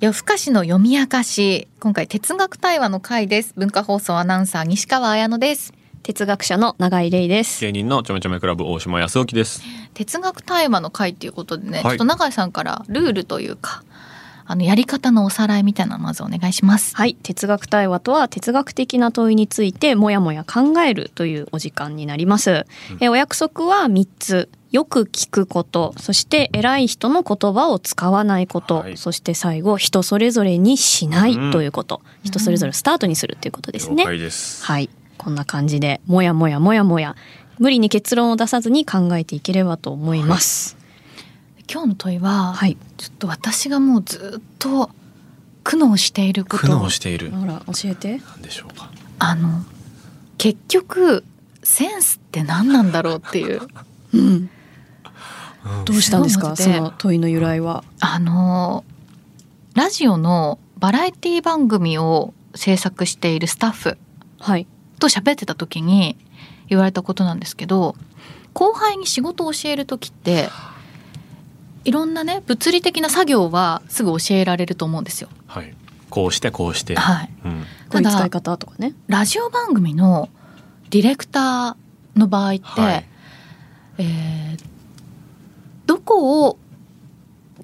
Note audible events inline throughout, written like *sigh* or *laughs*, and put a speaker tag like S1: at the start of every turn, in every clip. S1: 夜更かしの読み明かし今回哲学対話の回です文化放送アナウンサー西川彩乃です
S2: 哲学者の永井玲です。
S3: 芸人のちょめちょめクラブ大島康之です。
S1: 哲学対話の会っていうことでね、
S3: はい
S1: ちょっと永井さんからルールというかあのやり方のおさらいみたいなのまずお願いします
S2: はい、哲学対話とは哲学的な問いについてもやもや考えるというお時間になります。えお約束は3つ。よく聞くこと、そして偉い人の言葉を使わないこと、
S3: はい
S2: そして最後人それぞれにしない
S3: うん
S2: ということ、人それぞれスタートにするということですね。
S3: 了解です。
S2: はい、こんな感じでもやもやもやもや無理に結論を出さずに考えていければと思います。
S1: 今日の問いは、
S2: はい、
S1: ちょっと私がもうずっと苦悩しているこ
S3: 苦
S1: と
S3: 悩している。
S2: ほら教えて。
S3: なんでしょうか。
S1: あの結局センスって何なんだろうって
S3: *laughs*
S1: いう
S2: うん。
S3: ん
S2: どうしたんですか
S1: す
S2: そ
S1: ごい思って
S2: の問いの由来は。
S1: あのラジオのバラエティ番組を制作しているスタッフ
S2: はい。
S1: と喋ってた時に言われたことなんですけど後輩に仕事を教える時っていろんなね物理的な作業はすぐ教えられると思うんですよ。
S3: はい。こうしてこうして。
S1: はい、
S3: うん。
S2: こういう使
S1: ただ
S2: い方とかね。
S1: ラジオ番組のディレクターの場合って、
S3: はい。
S1: えーどこを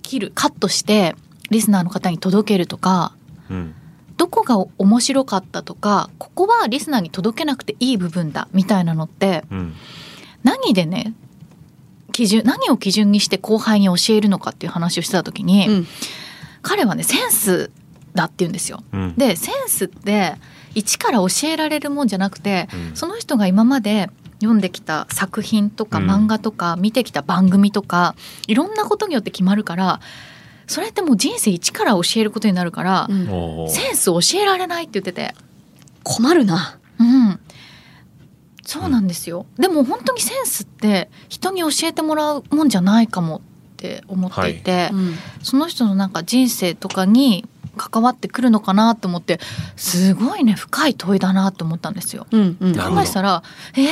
S1: 切るカットしてリスナーの方に届けるとか
S3: うん。
S1: どこが面白かったとかここはリスナーに届けなくていい部分だみたいなのって
S3: うん。
S1: 何でね基準何を基準にして後輩に教えるのかっていう話をしてた時に、
S2: うん
S1: 彼はねセンスだって言うんですよ。
S3: うん。
S1: でセンスって一から教えられるもんじゃなくて
S3: うん、
S1: その人が今まで読んできた作品とか
S3: うん
S1: 漫画とか見てきた番組とか、いろんなことによって決まるからそれってもう人生一から教えることになるから、
S2: うん
S3: おー
S1: センス教えられないって言ってて、
S2: 困るな。
S1: うん、そうなんですよ、でも本当にセンスって人に教えてもらうもんじゃないかもって思っていて、その人のなんか人生とかに関わってくるのかなと思ってすごいね深い問いだなと思ったんですよ。
S2: うんうん
S1: で
S3: なる
S1: 考
S3: ほど
S1: えてたら「え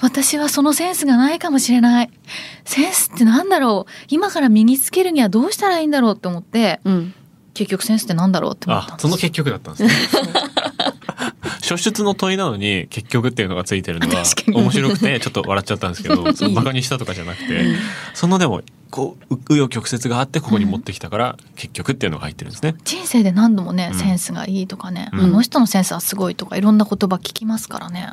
S1: 私はそのセンスがないかもしれないセンスってなんだろう今から身につけるにはどうしたらいいんだろう?」って思って
S2: うん。
S1: 結局センスってなんだろうって思ったん
S3: あ、
S1: です
S3: その結局だったんですね。 *laughs* 初出の問いなのに結局っていうのがついてるのは
S1: 確かに
S3: 面白くてちょっと笑っちゃったんですけど、そのバカにしたとかじゃなくて、そのでもこう紆余曲折があってここに持ってきたから結局っていうのが入ってるんですね。
S1: 人生で何度もね、
S3: うん
S1: センスがいいとかね、
S3: うん
S1: あの人のセンスはすごいとかいろんな言葉聞きますからね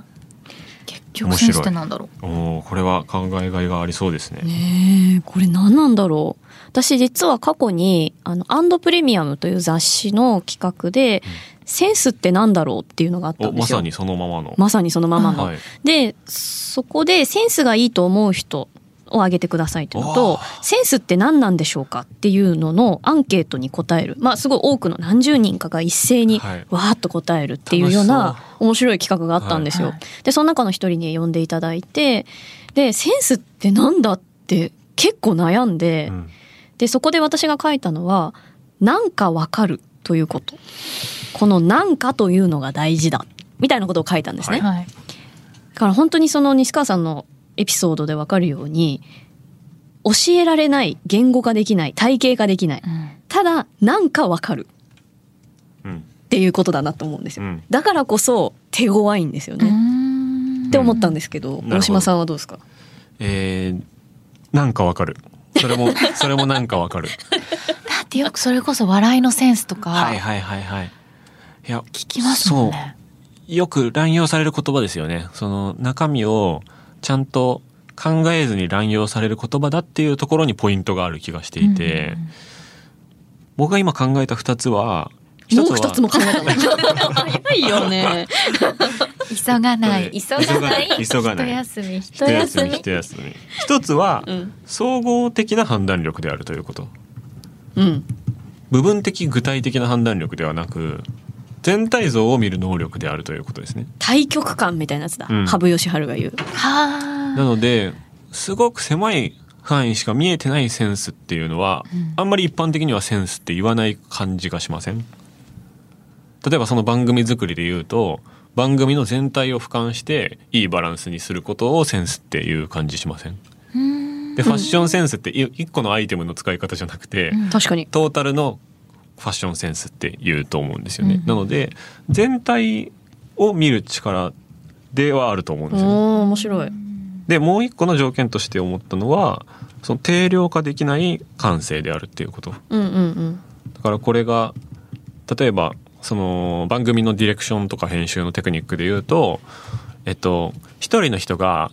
S1: 結局センスってなんだろう
S3: おお、これは考えがいがありそうですね。
S2: ねえ、これ何なんだろう。私実は過去に、あの、アンドプレミアムという雑誌の企画で、センスって何だろうっていうのがあった
S3: お、
S2: んで
S3: ます
S2: よ。
S3: さにそのままの。
S2: まさにそのままの。
S3: はい。
S2: で、そこでセンスがいいと思う人を挙げてくださいというの
S3: お
S2: と、
S3: ー
S2: センスって何なんでしょうかっていうののアンケートに答える。まあすごい多くの何十人かが一斉に
S3: はい
S2: わーっと答えるっていうよう
S3: 楽
S2: な
S3: し
S2: 面白い企画があったんですよ。
S1: はい
S2: で、その中の一人に呼んでいただいて、で、センスってなんだって結構悩んで、
S3: うん
S2: で、そこで私が書いたのは、なんかわかるということ。このなんかというのが大事だ。みたいなことを書いたんですね。
S1: はい、
S2: だから本当にその西川さんのエピソードでわかるように教えられない言語化できない体系化できない
S1: うん
S2: ただなんかわかる
S3: うん。
S2: っていうことだなと思うんです
S3: う
S2: よ、
S3: ん。
S2: だからこそ手強いんですよね、
S1: うん
S2: って思ったんですけど
S3: ほど
S2: 大島さんはどうですか
S3: えー、なんかわかる。それも、それもなんかわかる。
S1: だってよくそれこそ笑いのセンスとか
S3: はい
S1: 聞
S3: はいはいはい。いや、
S1: きますもんね。
S3: そう。よく乱用される言葉ですよね。その中身をちゃんと考えずに乱用される言葉だっていうところにポイントがある気がしていて、
S1: うん
S3: 僕が今考えた二つは、
S2: もう
S3: は
S2: 一つも考えたの早いよね
S1: 急がない
S3: 急が
S1: *laughs*
S3: ない急がな
S1: 一
S3: い
S1: 休み一
S3: 一休み一休み。一つは、
S2: *laughs* うん、
S3: 総合的な判断力であるということ。
S2: うん、
S3: 部分的具体的な判断力ではなく全体像を見る能力であるということですね。
S2: 対極感みたいなやつだ、
S3: うん
S2: 羽生善治が言う
S1: は
S3: なのですごく狭い範囲しか見えてないセンスっていうのは、
S1: うん
S3: あんまり一般的にはセンスって言わない感じがしません例えばその番組作りで言うと番組の全体を俯瞰していいバランスにすることをセンスっていう感じしません
S1: あ。うん
S3: でファッションセンスってい一個のアイテムの使い方じゃなくて、
S1: うん
S2: 確かに
S3: トータルのファッションセンスって言うと思うんですよね。なので全体を見る力ではあると思うんですよ、ね。
S2: おー面白い。
S3: でもう一個の条件として思ったのはその定量化できない感性であるっていうこと。
S2: うんうんうん。
S3: だからこれが例えばその番組のディレクションとか編集のテクニックで言うとえっと一人の人が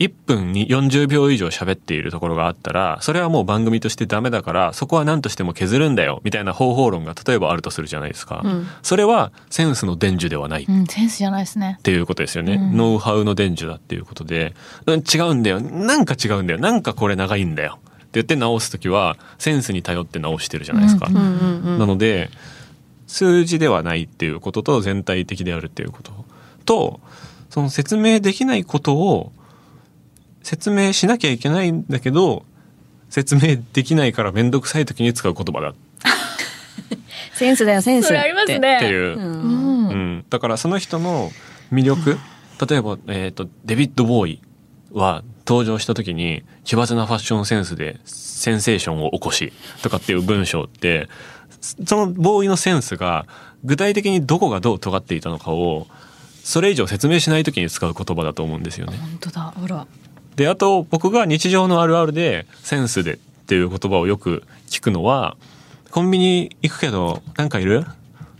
S3: 1分に40秒以上喋っているところがあったらそれはもう番組としてダメだからそこは何としても削るんだよみたいな方法論が例えばあるとするじゃないですか、
S2: うん
S3: それはセンスの伝授ではないっ
S1: うん、センスじゃないですね。
S3: ていうことですよね、
S1: うん
S3: ノウハウの伝授だっていうことで、うん、違うんだよなんか違うんだよなんかこれ長いんだよって言って直す時はセンスに頼って直してるじゃないですか、
S1: うん
S2: うんうんう。
S3: なんので数字ではないっていうことと全体的であるっていうこととその説明できないことを説明しなきゃいけないんだけど説明できないから面倒くさい時に使う言葉だっ
S2: センスだよセンス。
S1: それありますね
S3: ていう、
S2: う。
S1: うんん、
S3: うん、だからその人の魅力例えば、えー、とデビッド・ボーイは登場した時に奇抜なファッションセンスでセンセーションを起こしとかっていう文章ってそのボーイのセンスが具体的にどこがどう尖っていたのかをそれ以上説明しない時に使う言葉だと思うんですよね。
S1: 本当だ。
S2: あら。
S3: であと僕が日常のあるあるで「センスで」っていう言葉をよく聞くのは「コンビニ行くけどなんかいる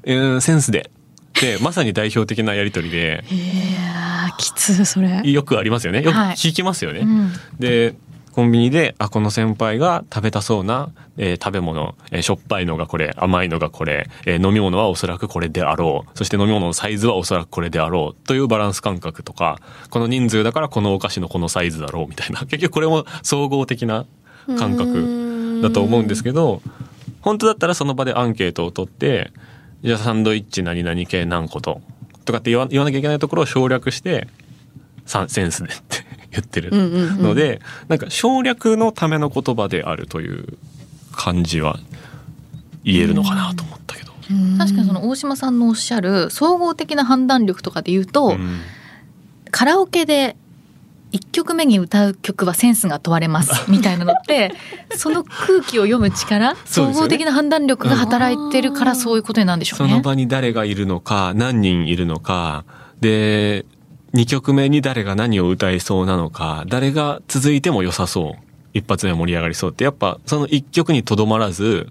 S3: えーセンスで」ってまさに代表的なやり取
S1: *laughs*
S3: りで
S2: いやーきつそれ。
S3: よくありますよねよく
S1: はい
S3: 聞きますよね。
S1: うん、
S3: でコンビニであこの先輩が食べたそうな、えー食べ物、えーしょっぱいのがこれ甘いのがこれ、えー飲み物はおそらくこれであろうそして飲み物のサイズはおそらくこれであろうというバランス感覚とかこの人数だからこのお菓子のこのサイズだろうみたいな結局これも総合的な感覚だと思うんです
S2: け
S3: けど本当だったらその場でアンケートを取ってじゃあサンドイッチ何々系何個ととかって言わ言わなきゃいけないところを省略してさセンスでって *laughs* 言ってる
S2: うんうんうん
S3: のでなんか省略のための言葉であるという感じは言えるのかなと思ったけど。
S1: 確かにその大島さんのおっしゃる総合的な判断力とかで言うと、
S3: うん
S1: カラオケで1曲目に歌う曲はセンスが問われ
S3: *laughs*
S1: ますみたいなのってその空気を読む力、
S3: そう
S1: 総
S3: ですよね
S1: 合的な判断力が働いてるからそういうことになるんでしょう
S3: そ
S1: ね。
S3: の場に誰がいるのか何人いるのかで2曲目に誰が何を歌いそうなのか誰が続いても良さそう一発目盛り上がりそうってやっぱその1曲にとどまらず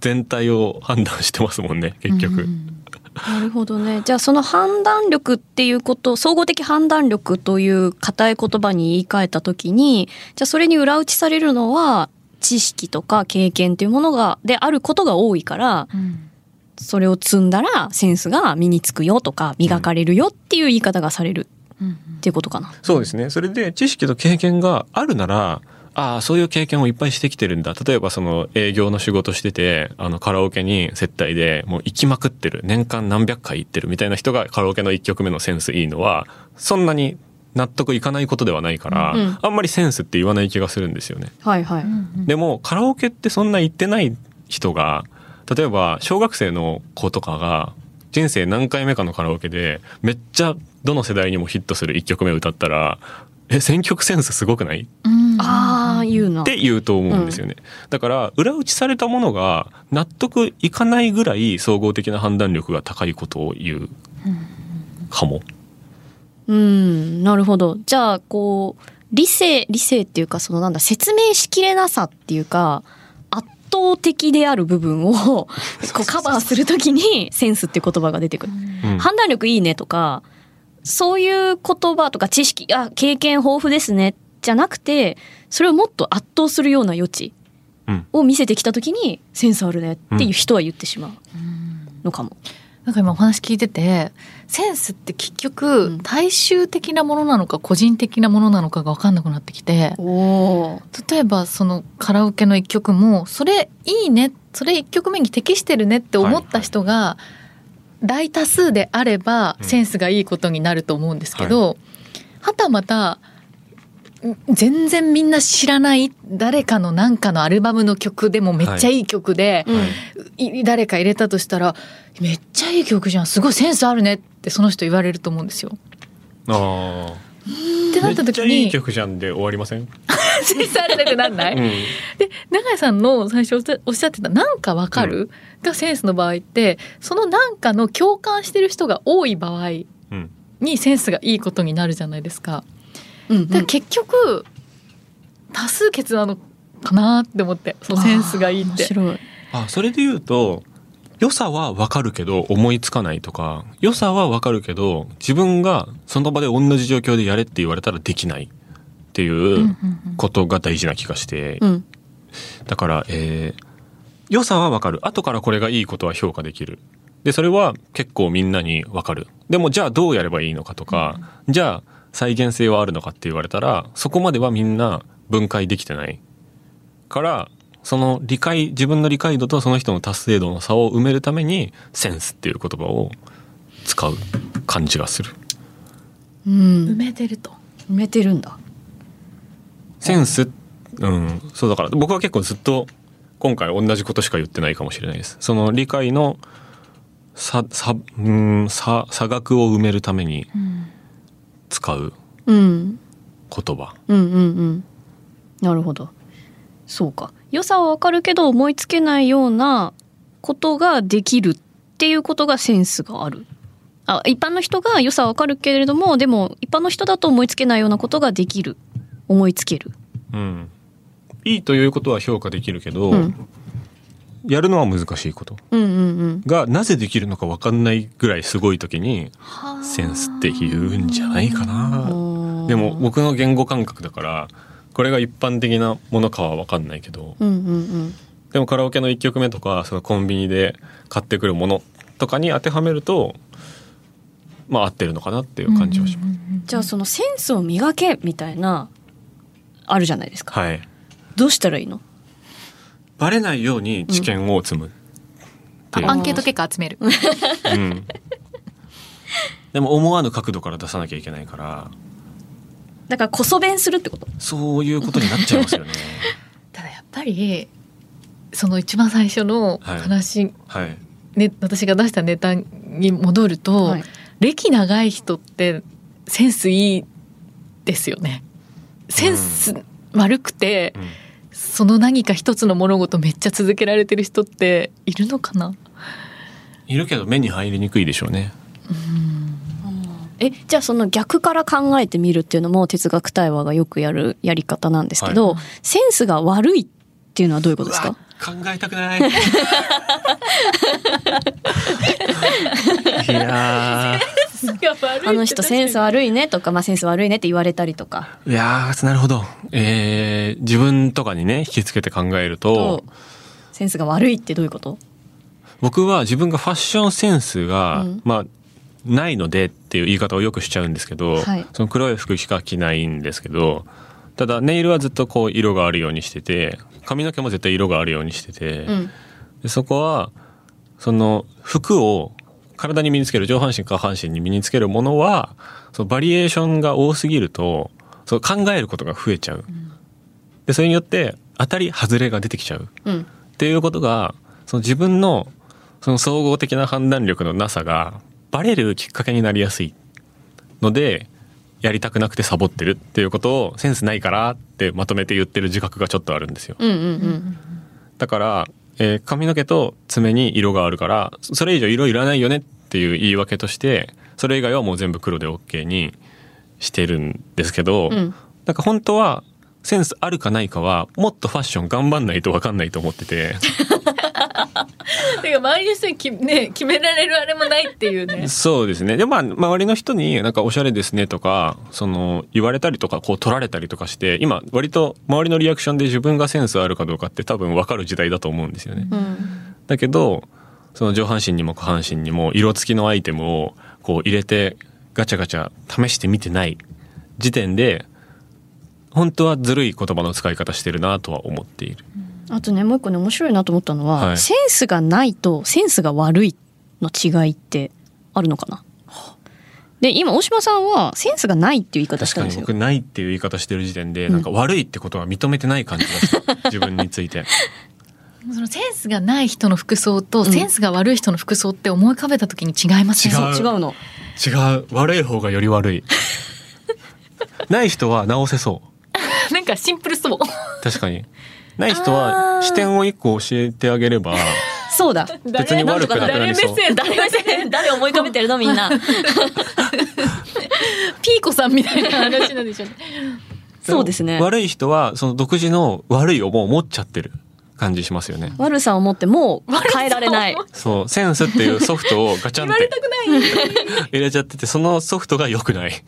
S3: 全体を判断してますもんね結局、
S1: うん
S2: なるほどね。じゃあその判断力っていうこと、総合的判断力という硬い言葉に言い換えたときに、じゃあそれに裏打ちされるのは知識とか経験というものがであることが多いから、
S1: うん
S2: それを積んだらセンスが身につくよとか磨かれるよっていう言い方がされる
S1: うん
S2: っていうことかな。
S3: そうですねそれで知識と経験があるならああそういう経験をいっぱいしてきてるんだ例えばその営業の仕事しててあのカラオケに接待でもう行きまくってる年間何百回行ってるみたいな人がカラオケの1曲目のセンスいいのはそんなに納得いかないことではないから、
S2: うん
S3: あんまりセンスって言わない気がするんですよね。
S2: はいはい。
S1: うん
S3: でもカラオケってそんな行ってない人が例えば小学生の子とかが人生何回目かのカラオケでめっちゃどの世代にもヒットする1曲目歌ったら「え選曲センスすごくない?」
S1: うん
S2: ああ、言うな
S3: っ。て言うと思うんですよね、だから裏打ちされたものが納得いかないぐらい総合的な判断力が高いことを言うかも。
S2: うん、なるほど。じゃあ、こう、理性、理性っていうか、そのなんだ、説明しきれなさっていうか、圧倒的である部分
S3: *laughs*
S2: を、こうカバーするときに、センスっていう言葉が出てくる。
S3: うん
S2: 判断力いいねとか、そういう言葉とか知識、あ、経験豊富ですね、じゃなくて、それをもっと圧倒するような余地
S3: うん
S2: を見せてきたときに、センスあるねっていう人は言ってしまうのかも。
S1: なんか今お話聞いててセンスって結局大衆的なものなのか個人的なものなのかが分かんなくなってきて
S2: おー
S1: 例えばそのカラオケの一曲もそれいいねそれ一曲目に適してるねって思った人が大多数であれば
S3: うん
S1: センスがいいことになると思うんですけど、はたまたん全然みんな知らない誰かのなんかのアルバムの曲でもめっちゃいい曲で、
S2: うん
S3: はい
S1: い誰か入れたとしたら「めっちゃいい曲じゃんすごいセンスあるね」ってその人言われると思うんですよ。
S3: あー
S1: ってなった
S3: め
S1: 時
S3: っちゃいい
S1: に *laughs*
S3: 曲じゃんで終わりません
S1: 小されなくなんない、うん、で永井さんの最初おっしゃってた「なんかわかる、うん」がセンスの場合ってそのなんかの共感してる人が多い場合にセンスがいいことになるじゃないですか。うんうん、だから結局多数決なのかなって思ってそのセンスがいいって。
S3: あそれで言うと良さはわかるけど思いつかないとか、良さはわかるけど自分がその場で同じ状況でやれって言われたらできないっていうことが大事な気がして、うんうん、だから、えー、良さはわかる。後からこれがいいことは評価できる。で、それは結構みんなにわかる。でもじゃあどうやればいいのかとか、うん、じゃあ再現性はあるのかって言われたら、そこまではみんな分解できてないから、その理解、自分の理解度とその人の達成度の差を埋めるために、センスっていう言葉を使う感じがする。
S1: うん、埋めてると。
S2: 埋めてるんだ。
S3: センス、うん、そうだから、僕は結構ずっと今回同じことしか言ってないかもしれないです。その理解の差、差、うん、差、差額を埋めるために使う言葉。
S2: うん、うん、うんうんうんなるほど。そうか。良さはわかるけど思いつけないようなことができるっていうことがセンスがある。あ一般の人が良さはわかるけれどもでも一般の人だと思いつけないようなことができる思いつける。
S3: うん、いいということは評価できるけど、うん、やるのは難しいこと、
S2: うんうんうん、
S3: がなぜできるのか分かんないぐらいすごい時にセンスって言うんじゃないかな。でも僕の言語感覚だからこれが一般的なものかは分かんないけど、
S2: うんうんうん、、
S3: でもカラオケの1曲目とかそのコンビニで買ってくるものとかに当てはめるとまあ合ってるのかなっていう感じはします、うんうんうん
S2: じゃあそのセンスを磨けみたいなあるじゃないですか、
S3: はい、
S2: どうしたらいいの
S3: バレないように知見を積む、、
S1: うん、アンケート結果集める、うん
S3: でも思わぬ角度から出さなきゃいけないから
S2: だからこそ弁するってこと
S3: そういうことになっちゃ
S1: *laughs*
S3: いますよね
S1: ただやっぱりその一番最初の話、
S3: はいはい、
S1: ね、私が出したネタに戻ると、はい、歴長い人ってセンスいいですよねセンス悪くて、うんうん、その何か一つの物事めっちゃ続けられてる人っているのかない
S3: るけど目に入りにくいでしょうね
S1: うん
S2: えじゃあその逆から考えてみるっていうのも哲学対話がよくやるやり方なんですけど、はい、センスが悪いっていうのはどういうことですか
S3: 考えた
S1: *laughs*
S3: くないいや
S2: あの人センス悪いねとか、まあ、センス悪いねって言われたりとか
S3: いやなるほど、えー、自分とかにね引きつけて考えると
S2: センスが悪いってどういうこと
S3: 僕は自分がファッションセンスが、うん、まあないのでっていう言い方をよくしちゃうんですけど、はい、その黒い服しか着ないんですけどただネイルはずっとこう色があるようにしてて髪の毛も絶対色があるようにしてて、うん、でそこはその服を体に身につける上半身下半身に身につけるものはそのバリエーションが多すぎるとその考えることが増えちゃう。うん、でそれによって当たり外れが出てきちゃう、
S2: うん、
S3: っていうことがその自分のその総合的な判断力のなさがバレるきっかけになりやすいのでやりたくなくてサボってるっていうことをセンスないからってまとめて言ってる自覚がちょっとあるんですよ。
S2: うんうんうん、
S3: だから、えー、髪の毛と爪に色があるからそれ以上色いらないよねっていう言い訳としてそれ以外はもう全部黒で OK にしてるんですけど、うん、なんか本当はセンスあるかないかはもっとファッション頑張んないと分かんないと思って *laughs* て。
S1: てか周りの人にき、ね、決められるあれもないっていうね
S3: そうですねでまあ周りの人になんかおしゃれですねとかその言われたりとかこう取られたりとかして今割と周りのリアクションで自分がセンスあるかどうかって多分分かる時代だと思うんですよね、
S2: うん、
S3: だけどその上半身にも下半身にも色付きのアイテムをこう入れてガチャガチャ試してみてない時点で本当はずるい言葉の使い方してるなとは思っている、うん
S2: あとねもう一個ね面白いなと思ったのは、はい、センスがないとセンスが悪いの違いってあるのかなで今大島さんはセンスがないっていう言い方したんですよ
S3: 僕ないっていう言い方してる時点で、うん、なんか悪いってことは認めてない感じがした自分について。
S1: そのセンスがない人の服装と、うん、センスが悪い人の服装って思い浮かべた時に違いますね。
S2: 違うの。
S3: 違う悪い方がより悪い。ない人は直せそう。
S1: *laughs* なんかシンプルそう。
S3: 確かにない人
S2: あ
S3: は
S2: ー
S3: 視点を一個教えてあげれば
S2: そうだ。
S3: 別に悪くなくなりそう
S1: 誰目線
S2: 誰目線誰思い浮かべてるのみんな。
S1: ピーコさんみたいな話なんでしょうね。
S2: *laughs* そうですね。
S3: 悪い人はその独自の悪い思いを持っちゃってる感じしますよね
S2: 悪さを持ってもう変えられない。
S3: そうセンスっていうソフトをガチャンって入れちゃっててそのソフトが良くない *laughs*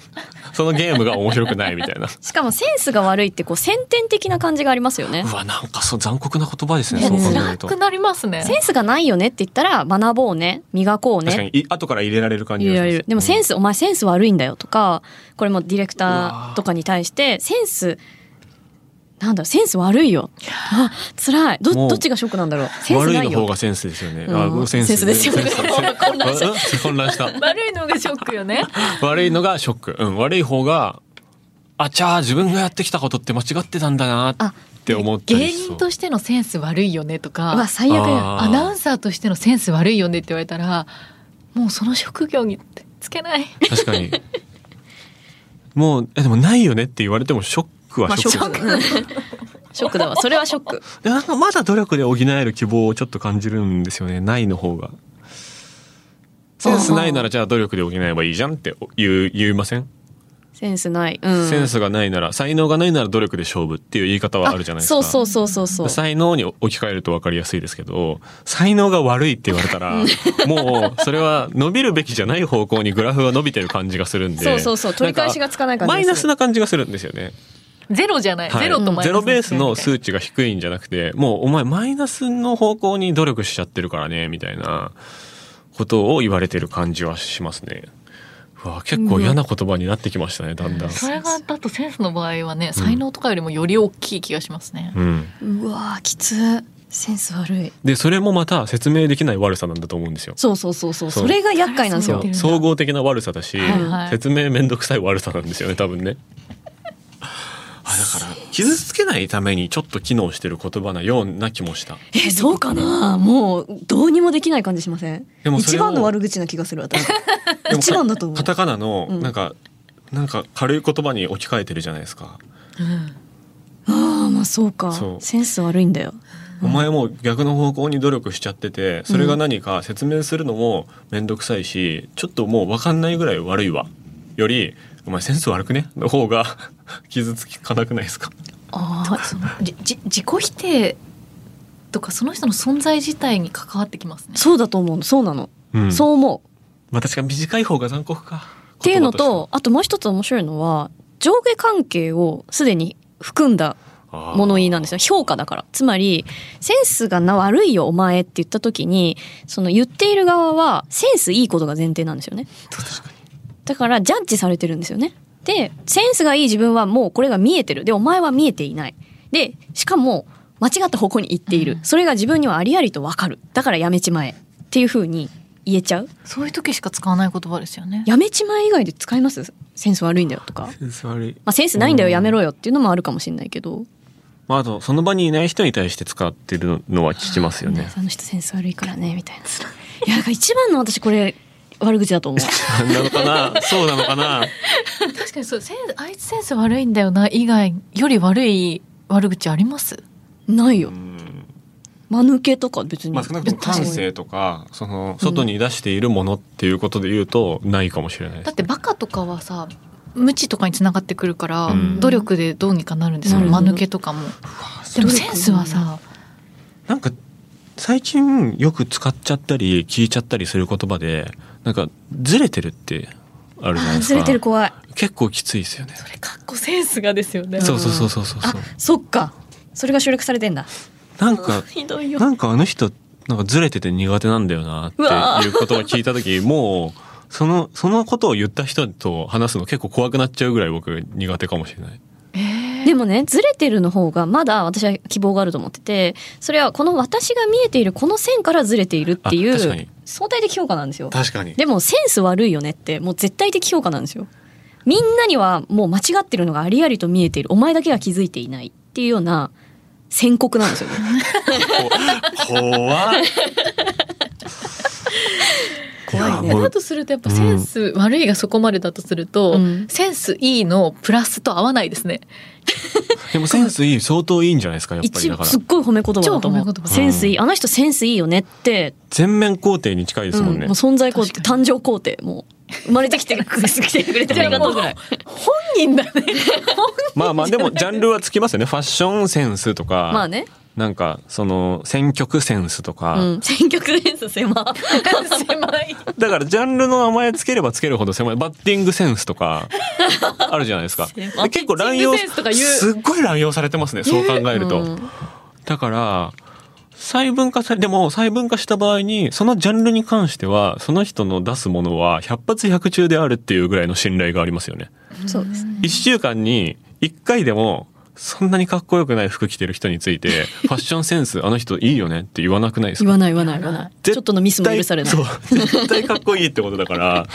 S3: そのゲームが面白くないみたいな
S2: しかもセンスが悪いってこう先天的な感じがありますよね
S3: う。わなんかそう残酷な言葉ですね
S2: いや
S3: そう考え
S1: 辛
S3: ると
S1: くなりますね。
S2: センスがないよねって言ったら学ぼうね、磨こう
S3: 確か
S2: ね。
S3: にい後から入れられる感じ
S2: 言
S3: が
S2: えら
S3: し
S2: れ
S3: ます
S2: る。でもセンス、お前センス悪いんだよとか、これもディレク
S3: うわ
S2: ター
S3: ー
S2: とかに対して、センス、なんだろう、センス悪いよ。あ、辛い。ど、
S3: もう
S2: どっちがショックなんだろう。センス
S3: 悪
S2: ないい
S3: の方
S2: よ。
S3: がセンスですよね。
S2: うん
S3: あセンス
S2: センスですよね
S3: センス
S2: 混乱した
S3: うん混乱した。
S1: 悪いのがショックよね。
S3: 悪いのがショック。うん、悪い方が、あちゃー、自分がやってきたことって間違ってたんだなっ
S2: あ
S3: て思った
S1: 芸
S3: りしそ
S1: 人
S3: う。
S1: としてのセンス悪いよねと
S2: うわ、
S1: か、
S2: 最悪だよ。
S3: あー
S1: アナウンサーとしてのセンス悪いよねって言われたら、もうその職業につけない。
S3: 確かに。もう、え、でもないよねって言われてもショックはショック。
S2: まあショック。 *laughs* ショックだわ。それはショック。
S3: でなんかまだ努力で補える希望をちょっと感じるんですよね。ないの方が。センスないならじゃあ努力で補えばいいじゃんって言う言いません、
S2: センスない。うん。
S3: センスがないなら才能がないなら努力で勝負っていう言い方はあるじゃないですか。
S2: あそうそうそうそうそう。
S3: 才能に置き換えると分かりやすいですけど才能が悪いって言われたらもうそれは伸びるべきじゃない方向にグラフが伸びてる感じがするんで
S2: そうそうそう。取り返しがつかない感じ
S3: マイナスな感じがするんですよね、
S1: ゼロじゃない。ゼロとマイナス
S3: ゼロベースの
S1: 値。
S3: 数値が低いんじゃなくてもうお前マイナスの方向に努力しちゃってるからねみたいなことを言われてる感じはしますねうわ結構嫌な言葉になってきましたねだんだん、
S1: それがだとセンスの場合はね、才能とかよりもより大きい気がしますね。
S3: うん、
S2: うわーきつ。センス悪い。
S3: でそれもまた説明できない悪さなんだと思うんですよ
S2: そうそうそうそう。
S3: そう
S2: それが厄介なんです
S3: そ
S2: よ
S1: う。
S3: う総合的な悪さだし、
S1: はいはい
S3: 説明めんどくさい悪さなんですよね多分ね *laughs* あだから傷つけないためにちょっと機能してる言葉なような気もした
S2: え、そうかなもう、どうにもできない感じしません
S3: でもそ
S2: 一
S3: れを
S2: 番の悪口な気がする、私。
S3: でも
S2: 一番だと思う
S3: カタカナの
S2: うん
S3: なんか、なんか軽い言葉に置き換えてるじゃないですか、
S2: ああ、まあそうか
S3: そ。う
S2: センス悪いんだよ。
S3: お前も逆の方向に努力しちゃっててそれが何か説明するのもめんどくさいしちょっともう分かんないぐらい悪いわよりお前センス悪くねの方が *laughs* 傷つかなくないですか
S1: ああ、そのじじ自己否定とかその人の存在自体に関わってきますね。
S2: そうだと思うの。そうなの。
S3: うん
S2: そう思う。
S3: まあ確かに短い方が残酷か。
S2: っていうの
S3: 言葉
S2: と、あともう一つ面白いのは、上下関係をすでに含んだ物言いなんですよ評価だからつまりセンスがな悪いよお前って言った時にその言っている側はセンスいいことが前提なんですよねだからジャッジされてるんですよねでセンスがいい自分はもうこれが見えてるでお前は見えていないでしかも間違った方向に行っている、
S1: うん
S2: それが自分にはありありとわかるだからやめちまえっていうふうに言えちゃう
S1: そういう時しか使わない言葉ですよね。
S2: やめちまえ以外で使いますセンス悪いんだよとか、
S3: センス悪い。
S2: まあ、センスないんだよやめろよっていうのもあるかもしれないけど、
S3: まああとその場にいない人に対して使ってるのは聞きますよね。
S2: あの人センス悪いからねみたいな。いやなんか一番の私これ悪口だと思う。
S3: なのかな、そうなの
S2: *laughs*
S3: かな。
S1: 確かにそうセンスあいつセンス悪いんだよな以外より悪い悪口あります
S2: ないよ
S3: う。ん
S2: 間抜けとか別に。
S3: まあ少なくとも
S2: 別に
S3: 感性とかその外に出しているものっていうことで言うとないかもしれないです
S1: だってバカとかはさ無知とかにつながってくるから、
S3: うん
S1: 努力でどうにかなるんですよ、
S2: うん
S1: 間抜けとかもでもセンスはさ
S3: なんか最近よく使っちゃったり聞いちゃったりする言葉でなんかずれてるってあるじゃない
S2: あ
S3: です
S2: ず
S3: か。
S2: れてる怖い。
S3: 結構きついですよね。
S1: それかっこセンスがですよね
S3: そうそうそうそうそう
S2: あ
S3: そう。
S2: そっか。それが収録されてんだ。
S3: な
S1: *laughs*
S3: んか
S2: ひどいよ。
S3: なんかあの人なんかずれてて苦手なんだよなっていう
S2: うわー
S3: ことを聞いた時もうそのそのことを言った人と話すの結構怖くなっちゃうぐらい僕苦手かもしれない。
S1: えー
S2: でもねずれてるの方がまだ私は希望があると思っててそれはこの私が見えているこの線からずれているってい
S3: あ確かに
S2: う相対的評価なんですよ。
S3: 確かに
S2: でもセンス悪いよねってもう絶対的評価なんですよみんなにはもう間違ってるのがありありと見えているお前だけが気づいていないっていうような宣告なんですよね
S3: 怖い。
S2: 怖いね
S3: やもう
S1: だとするとやっぱセンス悪いがそこまでだとすると、
S2: うん
S1: *laughs* センスいいのプラスと合わないですね。
S3: でもセンスいい相当いいんじゃないですかやっぱり
S2: 一
S3: だから
S2: すっごい褒め言葉だと思
S1: 超褒め言
S2: う
S1: 葉
S2: センスいいあの人センスいいよねって、
S3: 全面肯定に近いですも
S2: うんんも
S3: ね
S2: う。存在肯定
S1: 確か
S2: 誕生肯定もう生まれてきて来てくれてありがとう
S3: *laughs*
S2: ぐらい
S1: 本人だね
S3: まあまあでもジャンルはつきますよね。ファッションセンスとか、
S2: まあね、
S3: なんかその選曲センスとか、
S2: うん、選曲センス狭
S1: 狭い
S3: だからジャンルの名前つければつけるほど狭いバッティングセンス
S2: *laughs*
S3: とかあるじゃないですか。
S2: 狭い
S3: で結構乱用
S2: バッティングセンスとか言う
S3: すっごい乱用されてますね。そう考えると。
S2: うん
S3: だから細分化されでも細分化した場合にそのジャンルに関してはその人の出すものは百発百中であるっていうぐらいの信頼がありますよね。
S2: そうですね
S3: 1週間に1回でもそんなにかっこよくない服着てる人について
S2: *laughs*
S3: ファッションセンスあの人いいよねって言わなくないです
S2: 言
S3: か
S2: わない言わない言わない
S3: 絶対
S2: ちょっとのミスも許されない
S3: そう絶対かっこいいってことだ
S2: *laughs*
S3: から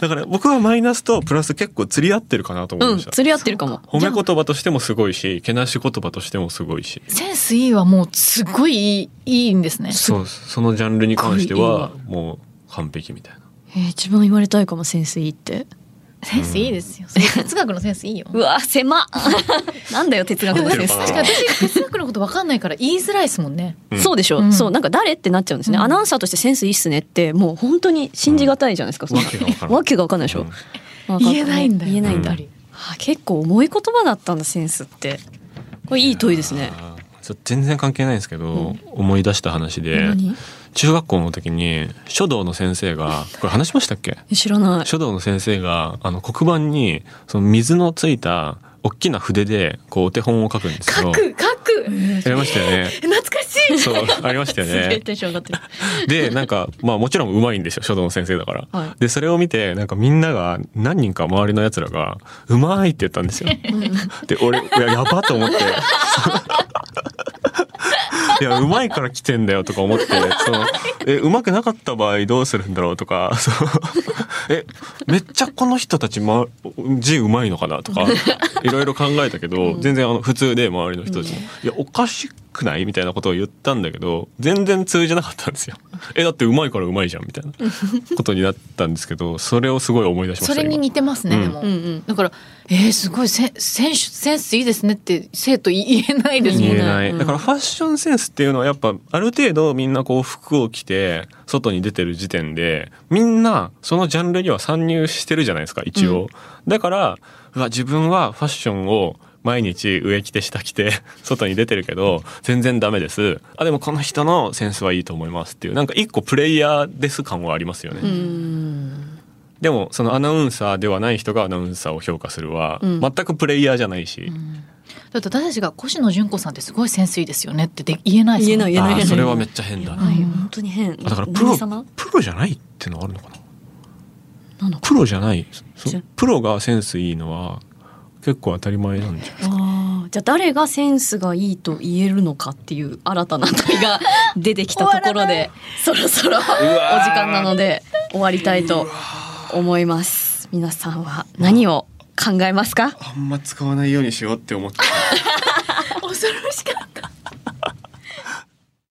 S3: だから僕はマイナスとプラス結構釣り合ってるかなと思いうま
S2: ん
S3: した、
S2: 釣り合ってるかも
S3: 褒め言葉としてもすごいしけなし言葉としてもすごいし
S1: センスいいはもうすごいいいいいんですね
S3: そうそのジャンルに関しては
S2: す
S3: もう完璧みたいな
S2: えー一番言われたいかもセンスいいって
S1: センスいいですよ哲学のセンスいいよ
S2: うわ狭っ *laughs* なんだよ哲学のセンス
S3: 合
S1: 確
S3: ってる
S1: かに私哲学のこと分かんないから言いづらいですもんね
S3: うん
S2: そうでしょ、
S1: うん
S2: そうなんか誰ってなっちゃうんですね、
S1: うん
S2: アナウンサーとしてセンスいいっすねってもう本当に信じがたいじゃないですか、そんな
S3: わけがわからん
S2: わけがわかんないでしょ、
S3: うん
S2: わかん
S1: 言えないんだよ
S2: 言えないんだ、
S1: や
S3: うん
S1: っぱり
S2: あ結構重い言葉だったんだセンスってこれいい問いですね
S3: あーちょっと全然関係ないんですけど、思い出した話で
S2: 何
S3: 中学校の時に書道の先生
S2: *laughs*
S3: がこれ話しましたっけ
S2: え知らない
S3: 書道の先生があの黒板にその水のついた大きな筆でこうお手本を書くんですけ
S1: 書
S3: ど
S1: く書く
S3: やりましたよ
S2: *laughs*
S3: ね
S1: 懐かしい
S3: そうありましたよ
S2: すげえ
S3: ね
S2: テンション上がってる
S3: でなんかまあもちろん上手いんですよ書道の先生だから、
S2: は
S3: でそれを見てなんかみんなが何人か周りのやつらが「うまい」って言ったんですよで俺いややばと思っていやうまいから来てんだよとか思ってそのえうまくなかった場合どうするんだろうとかそうえめっちゃこの人たち、ま、字うまいのかなとかいろいろ考えたけど全然あの普通で周りの人たちも「いやおかしくない?」みたいなことを言ったんだけど全然通じなかったんですよ。えだってうまいからうまいじゃんみたいなことになったんですけどそれをすごい思い出しました
S1: それに
S3: 今
S1: 似てますね、
S3: うん
S1: でも、
S2: うんうん
S1: だからえー、すごいセンセンスセンスいいですねって生徒言えない *laughs* ですもん
S3: 言え
S1: ね
S3: な
S2: う
S3: い
S2: ん
S3: だからファッションセンスっていうのはやっぱある程度みんなこう服を着て外に出てる時点でみんなそのジャンルには参入してるじゃないですか一応、だからうわ自分はファッションを毎日上着て下着て *laughs* 外に出てるけど全然ダメですあでもこの人のセンスはいいと思いますっていうなんか一個プレイヤーです感はありますよね、
S2: うん
S3: でもそのアナウンサーではない人がアナウンサーを評価するは
S2: うん
S3: 全くプレイヤーじゃないし、
S1: だって私たちが越野純子さんってすごいセンスいいですよねってで言えないですもん
S2: 言え
S3: あ
S2: ない言えな
S3: ー
S2: い
S3: それはめっちゃ変だ
S1: や
S3: な
S1: ばいよ
S2: 本当に変
S3: あだからプロ
S2: 何様
S3: プロじゃないってのはあるのかな
S2: なのか
S3: プロじゃないそ
S2: じゃ
S3: プロがセンスいいのは結構当たり前なんじゃない
S2: あーじゃあ誰がセンスがいいと言えるのかっていう新たな問いが出てきたところでそろそろお時間なので終わりたいと思います皆さんは何を考えますか
S3: あんま使わないようにしようって思って
S1: *laughs* 恐ろしかった